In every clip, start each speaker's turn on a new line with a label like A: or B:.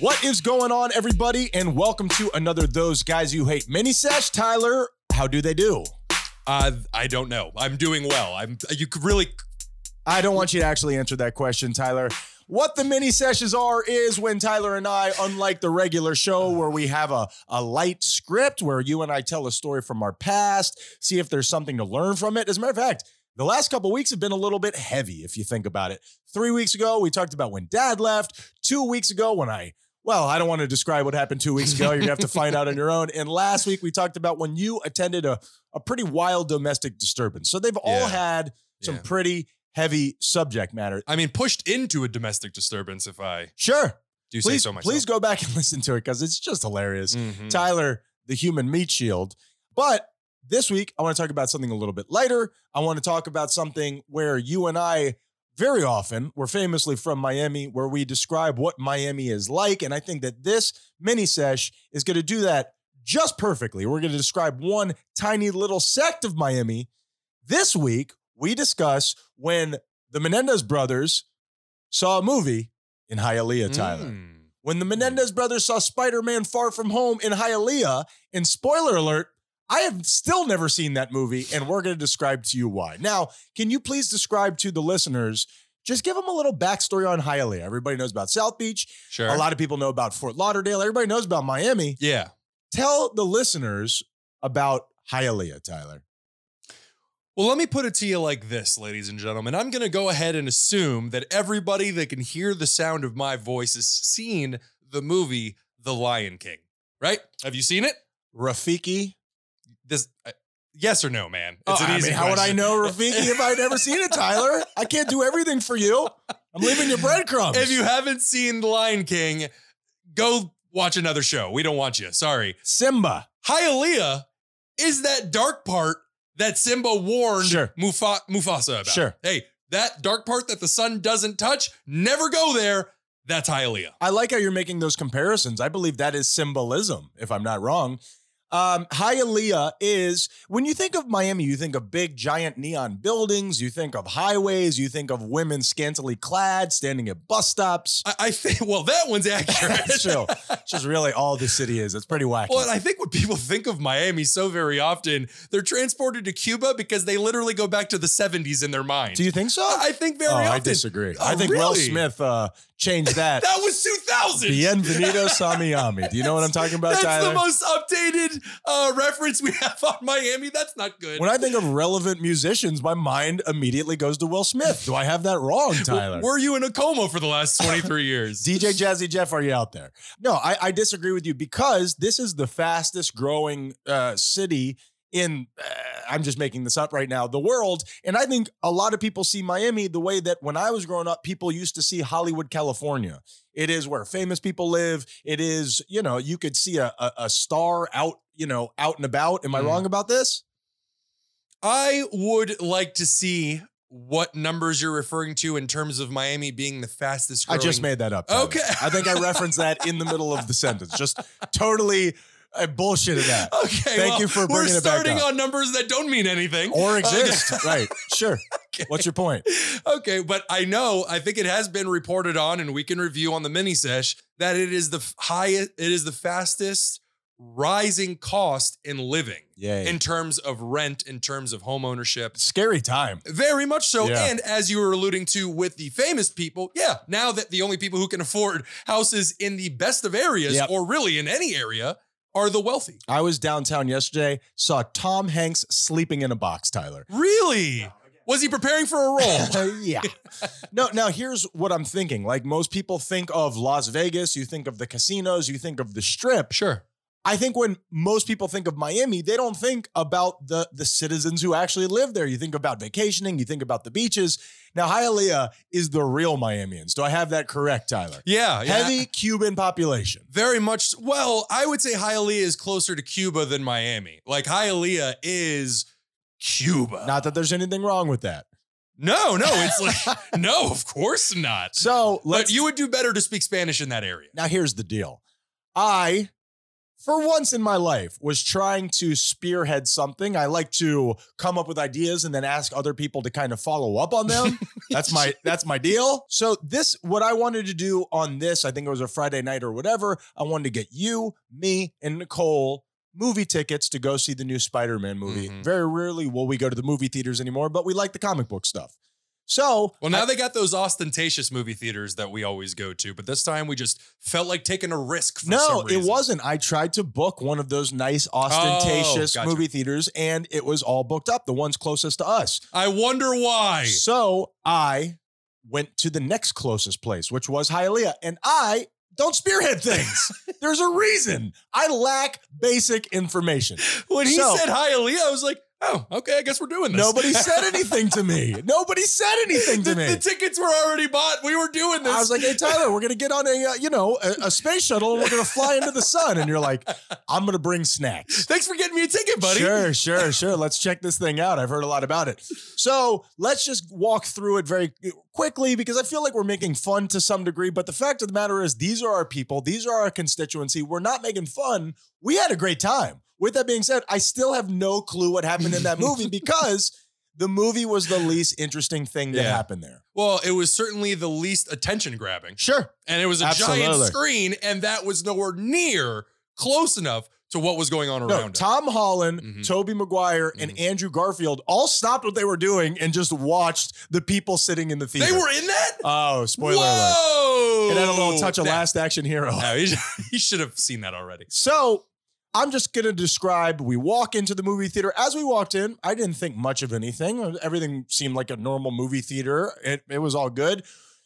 A: What is going on, everybody? And welcome to another Those Guys You Hate mini sesh. Tyler, how do they do?
B: Uh, I don't know. I'm doing well. I'm. You could really.
A: I don't want you to actually answer that question, Tyler. What the mini sessions are is when Tyler and I, unlike the regular show where we have a, a light script where you and I tell a story from our past, see if there's something to learn from it. As a matter of fact, the last couple weeks have been a little bit heavy if you think about it. Three weeks ago, we talked about when dad left. Two weeks ago, when I, well, I don't want to describe what happened two weeks ago. You're going to have to find out on your own. And last week, we talked about when you attended a, a pretty wild domestic disturbance. So they've all
B: Yeah.
A: had some
B: Yeah.
A: pretty heavy subject matter.
B: I mean, pushed into a domestic disturbance. If I
A: Sure.
B: do say
A: Please,
B: so myself.
A: please go back and listen to it because it's just hilarious.
B: Mhm.
A: Tyler, the human meat shield. But this week, I want to talk about something a little bit lighter. I want to talk about something where you and I very often, we're famously from Miami, where we describe what Miami is like. And I think that this mini sesh is going to do that just perfectly. We're going to describe one tiny little sect of Miami. This week, we discuss when the Menendez brothers saw a movie in Hialeah, Tyler
B: Mm.
A: when the Menendez brothers saw Spider-Man Far From Home in Hialeah, and spoiler alert, I have still never seen that movie, and we're going to describe to you why. Now, can you please describe to the listeners, just give them a little backstory on Hialeah. Everybody knows about South Beach.
B: Sure.
A: A lot of people know about Fort Lauderdale. Everybody knows about Miami.
B: Yeah.
A: Tell the listeners about Hialeah, Tyler.
B: Well, let me put it to you like this, ladies and gentlemen. I'm going to go ahead and assume that everybody that can hear the sound of my voice has seen the movie The Lion King, right? Have you seen it?
A: Rafiki.
B: This. I yes or no, man? It's
A: Oh,
B: an
A: I
B: easy
A: mean, how would I
B: question.
A: know Rafiki if I'd never seen it, Tyler? I can't do everything for you. I'm leaving you breadcrumbs.
B: If you haven't seen The Lion King, go watch another show. We don't want you. Sorry.
A: Simba.
B: Hialeah is that dark part that Simba warned
A: Sure.
B: Mufa- Mufasa about.
A: Sure.
B: Hey, that dark part that the sun doesn't touch, never go there. That's Hialeah.
A: I like how you're making those comparisons. I believe that is symbolism, if I'm not wrong. Um, Hialeah is when you think of Miami, you think of big, giant neon buildings, you think of highways, you think of women scantily clad standing at bus stops.
B: I, I think, well, that one's accurate.
A: That's true. It's just really all the city is. It's pretty wacky.
B: Well, and I think when people think of Miami so very often, they're transported to Cuba because they literally go back to the 70s in their mind.
A: Do you think so?
B: I think very
A: oh,
B: often.
A: I disagree.
B: Oh,
A: I think Will
B: really?
A: Smith uh, changed that.
B: That was 2000.
A: Bienvenido Samiami. Do you know what I'm talking about,
B: That's
A: Tyler?
B: the most updated uh, reference we have on Miami. That's not good.
A: when I think of relevant musicians, my mind immediately goes to Will Smith. Do I have that wrong, Tyler?
B: Were you in a coma for the last 23 years?
A: DJ Jazzy Jeff, are you out there? No, I, I disagree with you because this is the fastest growing uh, city in, uh, I'm just making this up right now, the world. And I think a lot of people see Miami the way that when I was growing up, people used to see Hollywood, California. It is where famous people live. It is, you know, you could see a, a, a star out, you know, out and about. Am I
B: Mm.
A: wrong about this?
B: I would like to see what numbers you're referring to in terms of Miami being the fastest
A: I
B: growing.
A: just made that up. Tyler.
B: Okay.
A: I think I referenced that in the middle of the sentence. Just totally I bullshitted that.
B: Okay.
A: Thank
B: well,
A: you for
B: We're
A: bringing it back
B: starting
A: up. Oh.
B: on numbers that don't mean anything.
A: or exist. Right. Sure. What's your point?
B: Okay, but I know I think it has been reported on, and we can review on the mini sesh that it is the f- highest, it is the fastest rising cost in living
A: Yeah.
B: in terms of rent, in terms of home ownership.
A: Scary time.
B: Very much so.
A: Yeah.
B: And as you were alluding to with the famous people, yeah, now that the only people who can afford houses in the best of areas
A: Yep.
B: or really in any area are the wealthy.
A: I was downtown yesterday, saw Tom Hanks sleeping in a box, Tyler.
B: Really? Was he preparing for a role?
A: Uh, yeah. No, now here's what I'm thinking. Like most people think of Las Vegas, you think of the casinos, you think of the strip.
B: sure.
A: I think when most people think of Miami, they don't think about the the citizens who actually live there. You think about vacationing, you think about the beaches. Now, Hialeah is the real Miamians. Do I have that correct, Tyler?
B: Yeah. yeah.
A: Heavy Cuban population.
B: Very much. Well, I would say Hialeah is closer to Cuba than Miami. Like Hialeah is Cuba.
A: Not that there's anything wrong with that.
B: no, no, it's like no, of course not.
A: So
B: But
A: let's.
B: you would do better to speak Spanish in that area.
A: now here's the deal. I for once in my life, was trying to spearhead something. I like to come up with ideas and then ask other people to kind of follow up on them. that's my that's my deal. So this what I wanted to do on this, I think it was a Friday night or whatever. I wanted to get you, me, and Nicole movie tickets to go see the new Spider-Man movie.
B: Mhm.
A: Very rarely will we go to the movie theaters anymore, but we like the comic book stuff. So
B: Well, now they got those ostentatious movie theaters that we always go to, but this time we just felt like taking a risk. For
A: No,
B: some
A: it
B: reason.
A: wasn't. I tried to book one of those nice, ostentatious
B: Oh, gotcha.
A: movie theaters, and it was all booked up, the ones closest to us.
B: I wonder why.
A: So I went to the next closest place, which was Hialeah, and I don't spearhead things. There's a reason. I lack basic information.
B: When he
A: So-
B: said Hialeah, I was like, oh, okay, I guess we're doing this.
A: Nobody said anything to me. Nobody said anything
B: the,
A: to me.
B: the tickets were already bought. We were doing this.
A: I was like, "Hey Tyler, we're gonna get on a uh, you know a, a space shuttle and we're gonna fly into the sun." And you're like, "I'm gonna bring snacks."
B: thanks for getting me a ticket, buddy.
A: Sure, sure, sure. Let's check this thing out. I've heard a lot about it. So let's just walk through it very quickly because I feel like we're making fun to some degree. But the fact of the matter is, these are our people, these are our constituency. We're not making fun. We had a great time. With that being said, I still have no clue what happened in that movie because the movie was the least interesting thing that
B: Yeah.
A: happened there.
B: Well, it was certainly the least attention grabbing.
A: Sure.
B: And it was a giant
A: Absolutely.
B: screen, and that was nowhere near close enough to what was going on
A: No,
B: around Mm-hmm.
A: Tom Holland,
B: Mhm.
A: Toby Maguire, and Andrew Garfield all stopped what they were doing and just watched the people sitting in the
B: it.
A: theater.
B: They were in that?
A: Oh, spoiler alert.
B: Whoa!
A: It had a little touch of
B: That-
A: last action hero.
B: No, he, he should have seen that already.
A: So I'm just going to describe we walk into the movie theater. As we walked in, I didn't think much of anything. Everything seemed like a normal movie theater, it, it was all good.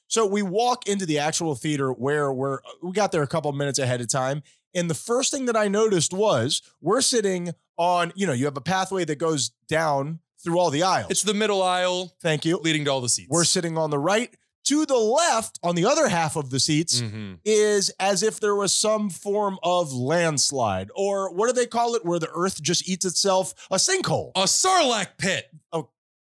A: So we walk into the actual theater where we're, we got there a couple minutes ahead of time. And the first thing that I noticed was we're sitting on, you know, you have a pathway that goes down through all the aisles.
B: It's the middle aisle
A: Thank you.
B: leading to all the seats.
A: We're sitting on the right. To the left, on the other half of the seats,
B: Mhm.
A: is as if there was some form of landslide, or what do they call it, where the earth just eats itself? A sinkhole.
B: a sarlacc pit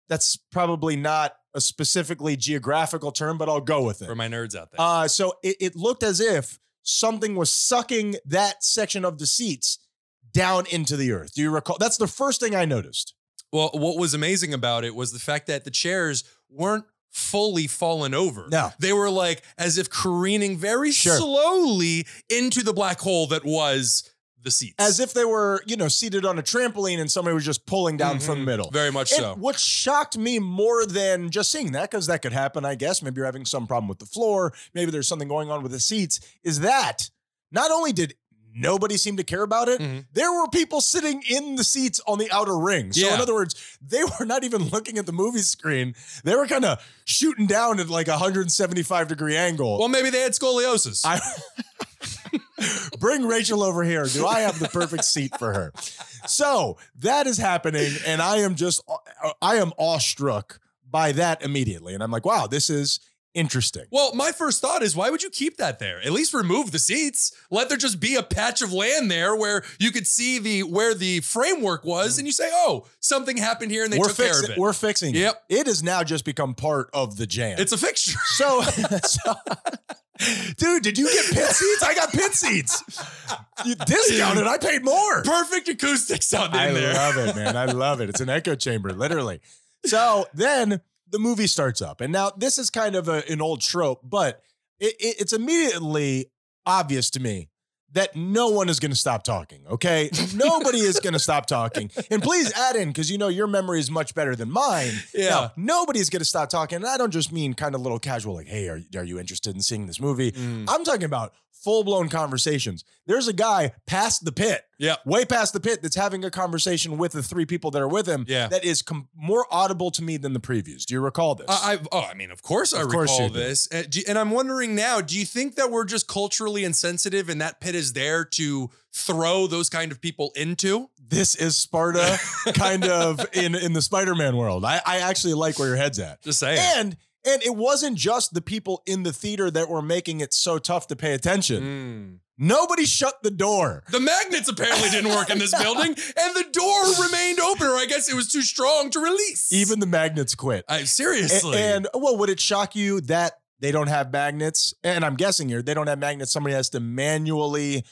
A: That's probably not a specifically geographical term, but I'll go with it.
B: for my nerds out there.
A: Uh, so it, it looked as if something was sucking that section of the seats down into the earth. Do you recall? That's the first thing I noticed.
B: well, what was amazing about it was the fact that the chairs weren't fully fallen over.
A: No.
B: They were like as if careening very
A: Sure.
B: slowly into the black hole that was the seats.
A: As if they were, you know, seated on a trampoline and somebody was just pulling down from the
B: Mhm.
A: middle.
B: Very much
A: And
B: so.
A: what shocked me more than just seeing that, because that could happen, I guess. Maybe you're having some problem with the floor. Maybe there's something going on with the seats. Is that not only did nobody seem to care about it,
B: Mhm.
A: there were people sitting in the seats on the outer ring. So, in
B: Yeah.
A: other words, they were not even looking at the movie screen. They were kind of shooting down at like a 175 degree angle.
B: Well, maybe they had scoliosis.
A: I- Bring Rachel over here. Do I have the perfect seat for her? So that is happening, and I am just, I am awestruck by that immediately. And I'm like, wow, this is interesting.
B: well, my first thought is why would you keep that there? At least remove the seats. Let there just be a patch of land there where you could see the where the framework was, and you say, "Oh, something happened here," and they
A: we're
B: took care
A: fixing,
B: of it.
A: we're fixing. it.
B: Yep.
A: it has now just become part of the jam.
B: It's a fixture.
A: so, so- dude, did you get pit seats? I got pit seats. You discounted. I paid more.
B: Perfect acoustics on in
A: I
B: there.
A: love it, man. I love it. It's an echo chamber, literally. So then the movie starts up. And now this is kind of a- an old trope, but it, it- it's immediately obvious to me that no one is going to stop talking, okay? Nobody is going to stop talking. And please add in, because you know your memory is much better than mine.
B: yeah.
A: Now, nobody's going to stop talking. And I don't just mean kind of little casual, like, hey, are, are you interested in seeing this movie?
B: Mm.
A: I'm talking about full blown conversations. There's a guy past the pit,
B: Yeah.
A: way past the pit, that's having a conversation with the three people that are with him.
B: Yeah.
A: that is com- more audible to me than the previews. Do you recall this?
B: I, I've- oh, I mean, of course I
A: Of course
B: recall
A: you do.
B: this. And, do- and I'm wondering now, do you think that we're just culturally insensitive and that pit is there to throw those kind of people into?
A: this is Sparta, kind of in in the Spider Man world. I, I actually like where your head's at,
B: Just saying.
A: and. And it wasn't just the people in the theater that were making it so tough to pay attention.
B: Mm.
A: Nobody shut the door.
B: The magnets apparently didn't work in this building, and the door remained open, or I guess it was too strong to release.
A: Even the magnets quit.
B: I,
A: A-
B: seriously.
A: And, well, would it shock you that they don't have magnets? And I'm guessing here they don't have magnets. Somebody has to manually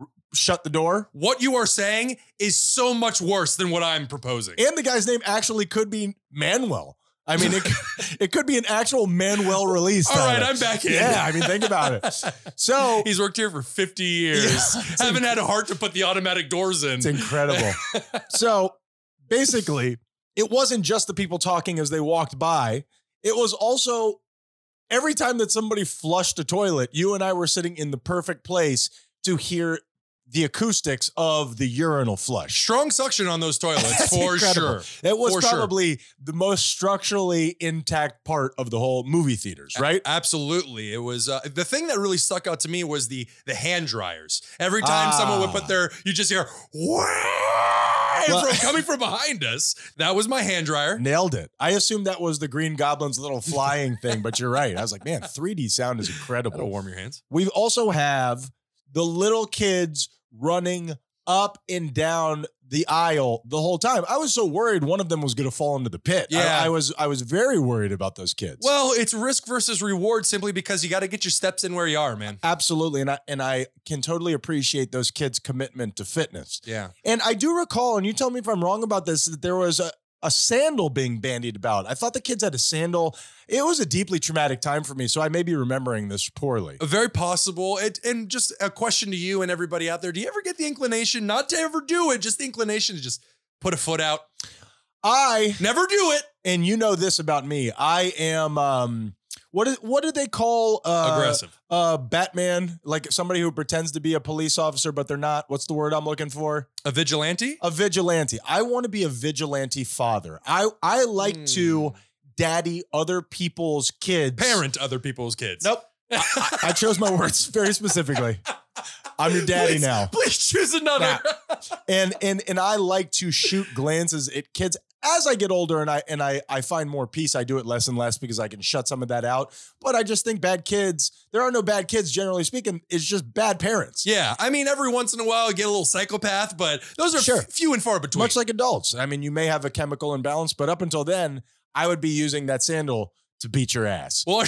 A: r- shut the door.
B: What you are saying is so much worse than what I'm proposing.
A: And the guy's name actually could be Manuel. I mean, it, it could be an actual Manuel release.
B: All right,
A: Tyler.
B: I'm back in.
A: Yeah, I mean, think about it. So
B: He's worked here for 50 years. Haven't had a heart to put the automatic doors in.
A: It's incredible. so basically, it wasn't just the people talking as they walked by, it was also every time that somebody flushed a toilet, you and I were sitting in the perfect place to hear the acoustics of the urinal flush.
B: Strong suction on those toilets
A: That's
B: for
A: incredible.
B: sure.
A: That was
B: For sure.
A: probably the most structurally intact part of the whole movie theaters, right?
B: Absolutely. It was uh, the thing that really stuck out to me was the the hand dryers. Every time
A: Ah.
B: someone would put their, you just hear "Wah!"
A: Well-
B: from coming from behind us. That was my hand dryer.
A: Nailed it. I assumed that was the Green Goblin's little flying thing, but you're right. I was like, man, 3D sound is incredible.
B: That'll warm your hands.
A: We also have the little kids running up and down the aisle the whole time. I was so worried one of them was going to fall into the pit. I-
B: Yeah.
A: I, was I was very worried about those kids.
B: Well, it's risk versus reward simply because you got to get your steps in where you are, man.
A: absolutely, and I and I can totally appreciate those kids' commitment to fitness.
B: Yeah.
A: And I do recall, and you tell me if I'm wrong about this, that there was a. A sandal being bandied about. I thought the kids had a sandal. It was a deeply traumatic time for me, so I may be remembering this poorly.
B: Very possible. It, and just a question to you and everybody out there: Do you ever get the inclination not to ever do it? Just the inclination to just put a foot out.
A: I
B: Never do it.
A: and you know this about me. I am um what is what do they call uh
B: Aggressive.
A: uh Batman? Like somebody who pretends to be a police officer but they're not. What's the word I'm looking for?
B: A vigilante.
A: A vigilante. I want to be a vigilante father. I I like
B: Hmm.
A: to daddy other people's kids.
B: Parent other people's kids.
A: Nope. I chose my words very specifically. I'm your daddy
B: please,
A: now.
B: Please choose another.
A: and and and I like to shoot glances at kids as I get older and I and I I find more peace. I do it less and less because I can shut some of that out. But I just think bad kids. There are no bad kids, generally speaking. It's just bad parents.
B: yeah, I mean, every once in a while, you get a little psychopath, but those are
A: Sure.
B: f- few and far between.
A: Much like adults. I mean, you may have a chemical imbalance, but up until then, I would be using that sandal to beat your ass.
B: well,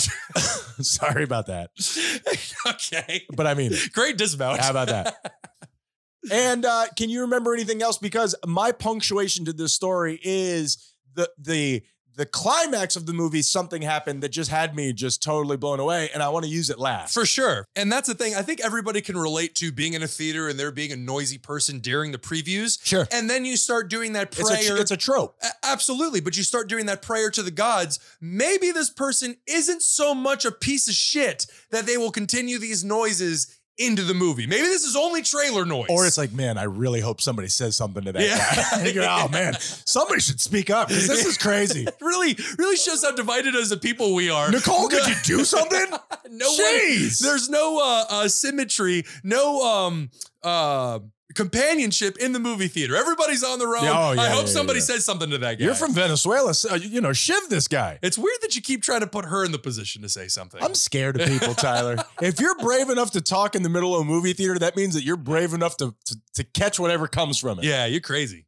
A: Sorry about that,
B: okay,
A: but I mean, it.
B: great dismount.
A: how about that? And uh, can you remember anything else? Because my punctuation to this story is the the the climax of the movie. Something happened that just had me just totally blown away, and I want to use it last.
B: For sure. And that's the thing. I think everybody can relate to being in a theater and there being a noisy person during the previews.
A: sure,
B: And then you start doing that
A: it's a,
B: prayer.
A: it's a trope.
B: A- Absolutely. But you start doing that prayer to the gods. Maybe this person isn't so much a piece of shit that they will continue these noises into the movie. Maybe this is only trailer noise.
A: Or it's like, man, I really hope somebody says something to that
B: Yeah.
A: guy. You're, oh man, somebody should speak up 'cause this is crazy.
B: really, really shows how divided as a people we are.
A: Nicole, could you do something?
B: no way.
A: Jeez.
B: There's no uh, uh, symmetry, no um, uh, companionship in the movie theater. Everybody's on their own.
A: Yeah, oh, yeah,
B: I hope
A: yeah,
B: somebody
A: yeah.
B: says something to that guy.
A: You're from Venezuela, so, you know, shiv this guy.
B: It's weird that you keep trying to put her in the position to say something.
A: I'm scared of people, Tyler. if you're brave enough to talk in the middle of a movie theater, that means that you're brave enough to to, to catch whatever comes from it.
B: yeah, you're crazy.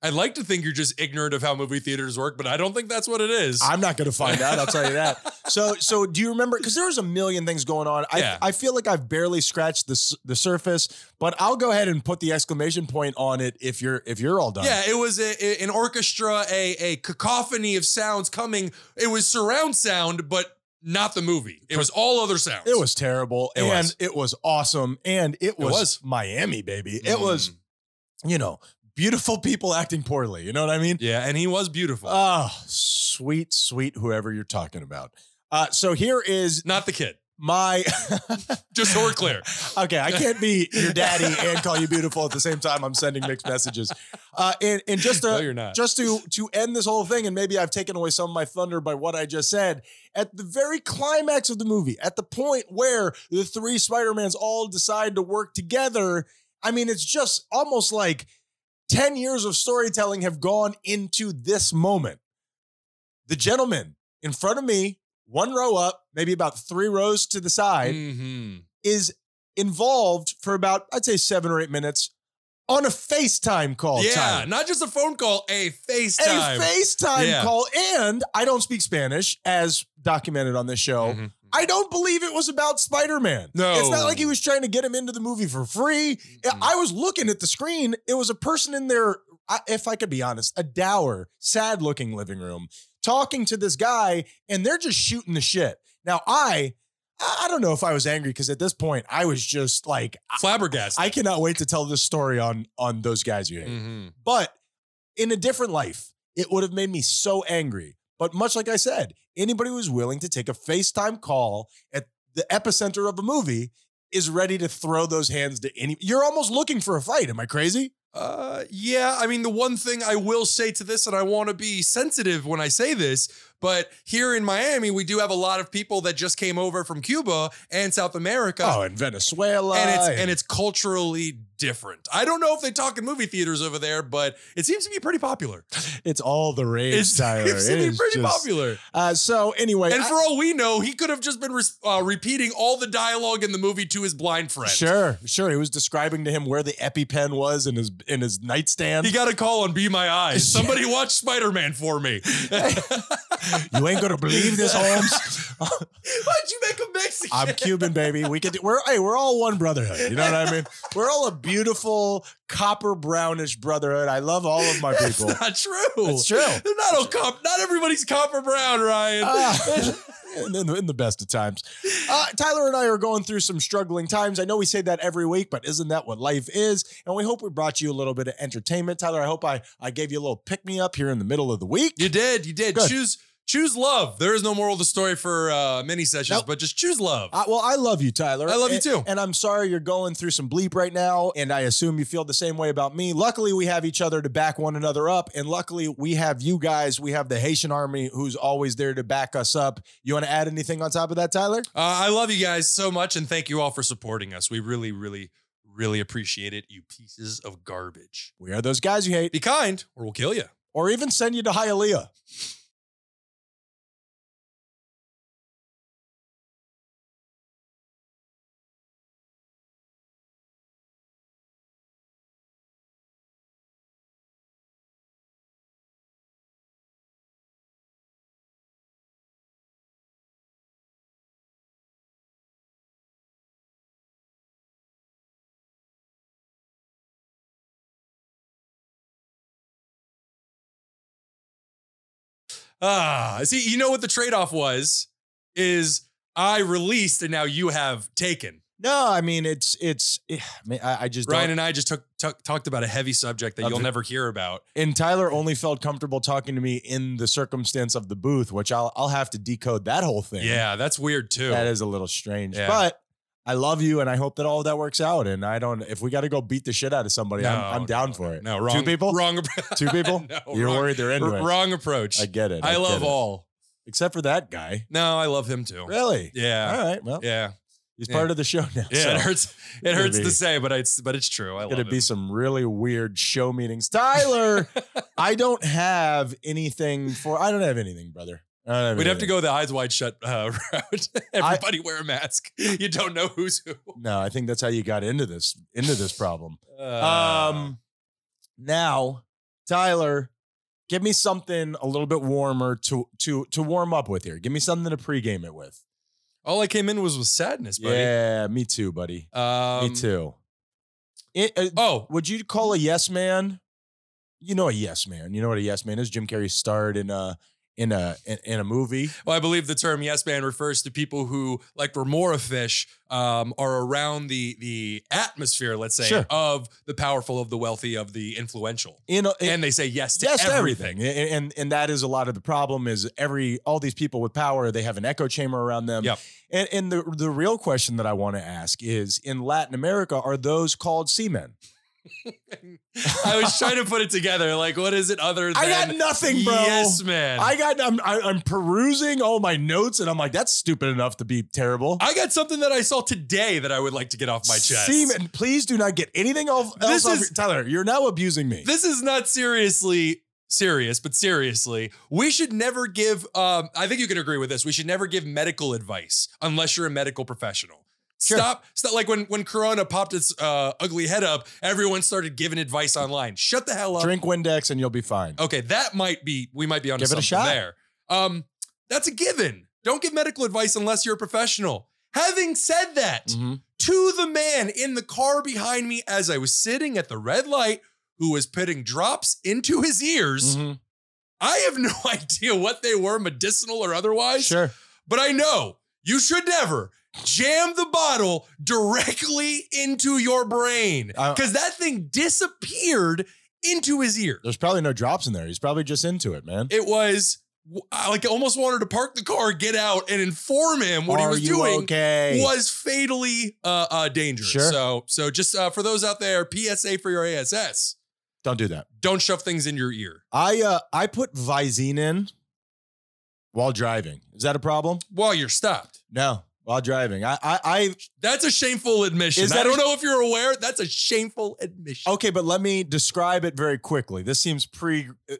B: I'd like to think you're just ignorant of how movie theaters work, but I don't think that's what it is.
A: I'm not going to find out. I'll tell you that. So, so do you remember? Because there was a million things going on. I,
B: Yeah.
A: I feel like I've barely scratched the s- the surface, but I'll go ahead and put the exclamation point on it if you're if you're all done.
B: yeah, it was a, a- an orchestra, a, a cacophony of sounds coming. It was surround sound, but not the movie. It was all other sounds.
A: It was terrible,
B: It
A: and
B: was.
A: it was awesome, and it was,
B: was.
A: Miami, baby. It was,
B: Mm.
A: you know, beautiful people acting poorly. You know what I mean?
B: Yeah, and he was beautiful.
A: Oh, sweet, sweet, whoever you're talking about. Uh, so here is
B: Not the kid.
A: my.
B: Just so we're clear.
A: okay, I can't be your daddy and call you beautiful at the same time. I'm sending mixed messages. Uh, and, and just
B: no,
A: to
B: you're not.
A: just to to end this whole thing, and maybe I've taken away some of my thunder by what I just said. At the very climax of the movie, at the point where the three Spider Mans all decide to work together, I mean, it's just almost like ten years of storytelling have gone into this moment. The gentleman in front of me, one row up, maybe about three rows to the side,
B: Mhm.
A: is involved for about I'd say seven or eight minutes on a FaceTime call.
B: yeah,
A: Tyler
B: not just a phone call, a
A: a
B: FaceTime.
A: FaceTime
B: Yeah.
A: call, and I don't speak Spanish, as documented on this show.
B: Mhm.
A: I don't believe it was about Spider Man.
B: No.
A: It's not like he was trying to get him into the movie for free.
B: Mhm.
A: I was looking at the screen. It was a person in their, I- if I could be honest, a dour, sad looking living room talking to this guy, and they're just shooting the shit. Now, I, I I don't know if I was angry because at this point, I was just like, I-
B: flabbergasted.
A: I cannot wait to tell this story on on those guys you hate.
B: Mhm.
A: But in a different life, it would have made me so angry. But much like I said, anybody who's willing to take a FaceTime call at the epicenter of a movie is ready to throw those hands to any. You're almost looking for a fight. Am I crazy?
B: Uh, yeah, I mean, the one thing I will say to this, and I want to be sensitive when I say this, but here in Miami, we do have a lot of people that just came over from Cuba and South America.
A: Oh, in Venezuela.
B: and it's and it's culturally different. I don't know if they talk in movie theaters over there, but it seems to be pretty popular.
A: it's all the rage,
B: It
A: Tyler.
B: seems to
A: It
B: be
A: is
B: pretty
A: just-
B: popular.
A: Uh, so anyway,
B: And
A: I-
B: for all we know, he could have just been res- uh, repeating all the dialogue in the movie to his blind friend.
A: sure, sure. He was describing to him where the EpiPen was in his in his nightstand.
B: He got a call on Be My Eyes. Somebody watch Spider Man for me.
A: you ain't gonna believe this, Holmes.
B: Why'd you make a Mexican?
A: I'm Cuban, baby. We could. Do, we're hey, we're all one brotherhood. You know what I mean? We're all a beautiful copper brownish brotherhood. I love all of my
B: That's
A: people.
B: not true.
A: It's true.
B: They're not all cop. Not everybody's copper brown, Ryan.
A: Ah, in, the, in the best of times, uh, Tyler and I are going through some struggling times. I know we say that every week, but isn't that what life is? And we hope we brought you a little bit of entertainment, Tyler. I hope I I gave you a little pick me up here in the middle of the week.
B: you did. You did.
A: Good.
B: Choose. Choose love. There is no moral to the story for uh, mini sessions,
A: Nope. Uh, eh,
B: but just choose love.
A: I, well, I love you, Tyler.
B: I love you
A: And-
B: too.
A: And I'm sorry you're going through some bleep right now, and I assume you feel the same way about me. Luckily, we have each other to back one another up, and luckily, we have you guys. We have the Haitian Army who's always there to back us up. You want to add anything on top of that, Tyler?
B: Uh, I love you guys so much, and thank you all for supporting us. We really, really, really appreciate it. You pieces of garbage.
A: We are those guys you hate,
B: Be kind, or we'll kill you.
A: or even send you to Hialeah.
B: Ah, see, you know what the trade-off was? Is I released, and now you have taken.
A: No, I mean it's it's. eh, man, I, I just
B: Ryan
A: don't.
B: and I just took, took, talked about a heavy subject that
A: Of
B: you'll
A: the-
B: never hear about.
A: And Tyler only felt comfortable talking to me in the circumstance of the booth, which I'll I'll have to decode that whole thing.
B: Yeah, that's weird too.
A: That is a little strange.
B: Yeah.
A: But I love you and I hope that all of that works out. And I don't, if we got to go beat the shit out of somebody,
B: No,
A: I'm, I'm down
B: no,
A: for it.
B: no, wrong.
A: Two people?
B: Wrong.
A: Two people?
B: No,
A: You're
B: wrong-
A: worried they're into it.
B: wrong approach.
A: I
B: I,
A: get it. get
B: love
A: it.
B: all.
A: Except for that guy.
B: No, I love him too.
A: Really?
B: Yeah.
A: All right. Well,
B: Yeah.
A: he's
B: Yeah.
A: part of the show now.
B: Yeah,
A: so
B: it hurts. It hurts
A: Gonna
B: to
A: be-
B: say, but it's but it's true. I
A: It's going
B: love
A: to be
B: him.
A: some really weird show meetings. Tyler, I don't have anything for, I don't have anything, brother. I don't have
B: We'd have to
A: anything.
B: go the eyes wide shut uh, route. Everybody wear a mask. You don't know who's who.
A: No, I think that's how you got into this, into this problem.
B: Uh,
A: Um, now, Tyler, give me something a little bit warmer to to to warm up with here. Give me something to pregame it with.
B: all I came in was with sadness, buddy.
A: Yeah, me too, buddy.
B: Um,
A: me too. It, uh,
B: Oh,
A: would you call a yes man? You know a yes man. You know what a yes man is. Jim Carrey starred in a in a in, in a movie.
B: well, I believe the term "yes man" refers to people who, like remora fish, um, are around the the atmosphere, let's say,
A: Sure.
B: of the powerful, of the wealthy, of the influential,
A: In a, in,
B: and they say yes to
A: Eh, yes to
B: everything.
A: everything. And, and and that is a lot of the problem is every all these people with power they have an echo chamber around them.
B: Yep.
A: And and the the real question that I want to ask is in Latin America are those called seamen?
B: I was trying to put it together. Like, what is it other than
A: I got nothing, bro.
B: Yes man.
A: I got I'm I, I'm perusing all my notes and I'm like that's stupid enough to be terrible.
B: I got something that I saw today that I would like to get off my chest.
A: Seamen, please do not get anything else.
B: This
A: else off
B: is-
A: your- Tyler. You're now abusing me.
B: This is not seriously serious, but seriously, we should never give. Um, I think you can agree with this. We should never give medical advice unless you're a medical professional.
A: Sure.
B: Stop, stop! Like when when Corona popped its uh, ugly head up, everyone started giving advice online. Shut the hell up.
A: Drink Windex and you'll be fine.
B: Okay, that might be we might be on
A: Give it
B: something
A: a shot.
B: there. Um, that's a given. Don't give medical advice unless you're a professional. Having said that,
A: Mhm.
B: to the man in the car behind me as I was sitting at the red light who was putting drops into his ears,
A: Mhm.
B: I have no idea what they were, medicinal or otherwise,
A: Sure.
B: but I know you should never jam the bottle directly into your brain
A: Uh,
B: because that thing disappeared into his ear.
A: There's probably no drops in there. He's probably just into it, man.
B: It was I like almost wanted to park the car, get out, and inform him what he
A: Are
B: was
A: you
B: doing
A: okay?
B: was fatally uh, uh, dangerous.
A: Sure.
B: So, so just uh, for those out there, PSA for your ASS:
A: Don't do that.
B: don't shove things in your ear.
A: I uh I put Visine in while driving. Is that a problem?
B: while you're stopped.
A: No, while driving. I I, I
B: That's a shameful admission.
A: Is
B: I
A: that
B: don't
A: a-
B: know if you're aware. That's a shameful admission.
A: Okay, but let me describe it very quickly. This seems pre uh,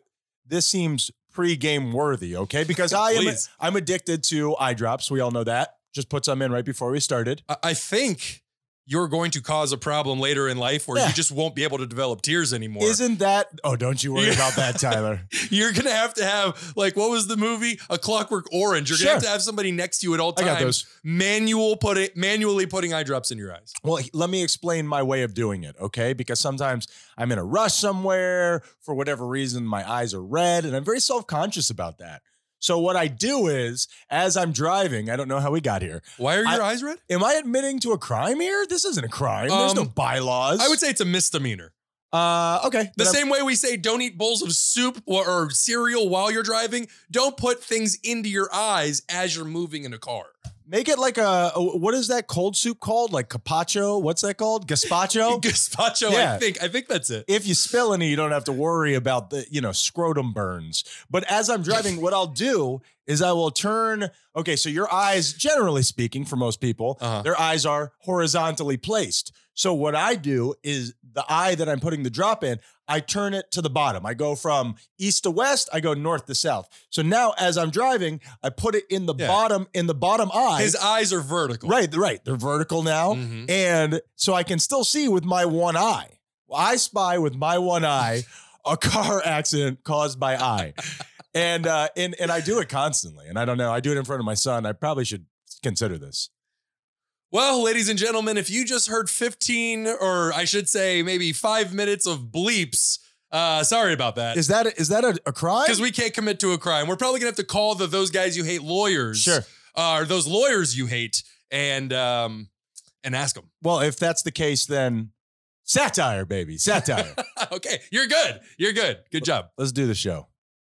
A: this seems pre-game worthy, okay? Because I am
B: Please.
A: I'm addicted to eye drops. We all know that. Just put some in right before we started.
B: I, I think you're going to cause a problem later in life where
A: Yeah.
B: you just won't be able to develop tears anymore.
A: Isn't that Oh, don't you worry
B: Yeah.
A: about that, Tyler.
B: you're gonna have to have like what was the movie? A Clockwork Orange. You're
A: Sure.
B: gonna have to have somebody next to you at all
A: I
B: times.
A: got those.
B: Manual put it manually putting eye drops in your eyes.
A: Well, he- let me explain my way of doing it, okay? Because sometimes I'm in a rush somewhere for whatever reason, my eyes are red, and I'm very self conscious about that. So, what I do is, as I'm driving, I don't know how we got here.
B: Why are
A: I-
B: your eyes red?
A: Am I admitting to a crime here? This isn't a crime. There's no
B: Um,
A: bylaws.
B: I would say it's a misdemeanor.
A: Uh, okay.
B: The
A: Then I'm-
B: same way we say don't eat bowls of soup or, or cereal while you're driving, don't put things into your eyes as you're moving in a car.
A: Make it like a, a- what is that cold soup called? Like capacho? What's that called? Gazpacho.
B: Gazpacho, I
A: Yeah.
B: think. I think that's it.
A: if you spill any, you don't have to worry about the, you know, scrotum burns. But as I'm driving, what I'll do is I will turn. Okay, so your eyes, generally speaking, for most people,
B: Uh-huh.
A: their eyes are horizontally placed. So what I do is the eye that I'm putting the drop in, I turn it to the bottom. I go from east to west, I go north to south. So now as I'm driving, I put it in the
B: Yeah.
A: bottom, in the bottom eye.
B: His eyes are vertical.
A: right, right. They're vertical now.
B: Mhm.
A: And so I can still see with my one eye. I spy with my one eye a car accident caused by eye. And uh and and I do it constantly. And I don't know, I do it in front of my son. I probably should consider this.
B: Well, ladies and gentlemen, if you just heard 15 or I should say maybe five minutes of bleeps, uh, sorry about that.
A: Is that is that a, a crime?
B: Because we can't commit to a crime. We're probably gonna have to call the those guys you hate lawyers.
A: Sure.
B: Uh, or those lawyers you hate and um and ask them.
A: Well, if that's the case, then satire, baby. Satire.
B: okay, you're good. You're good. Good job.
A: Let's do the show.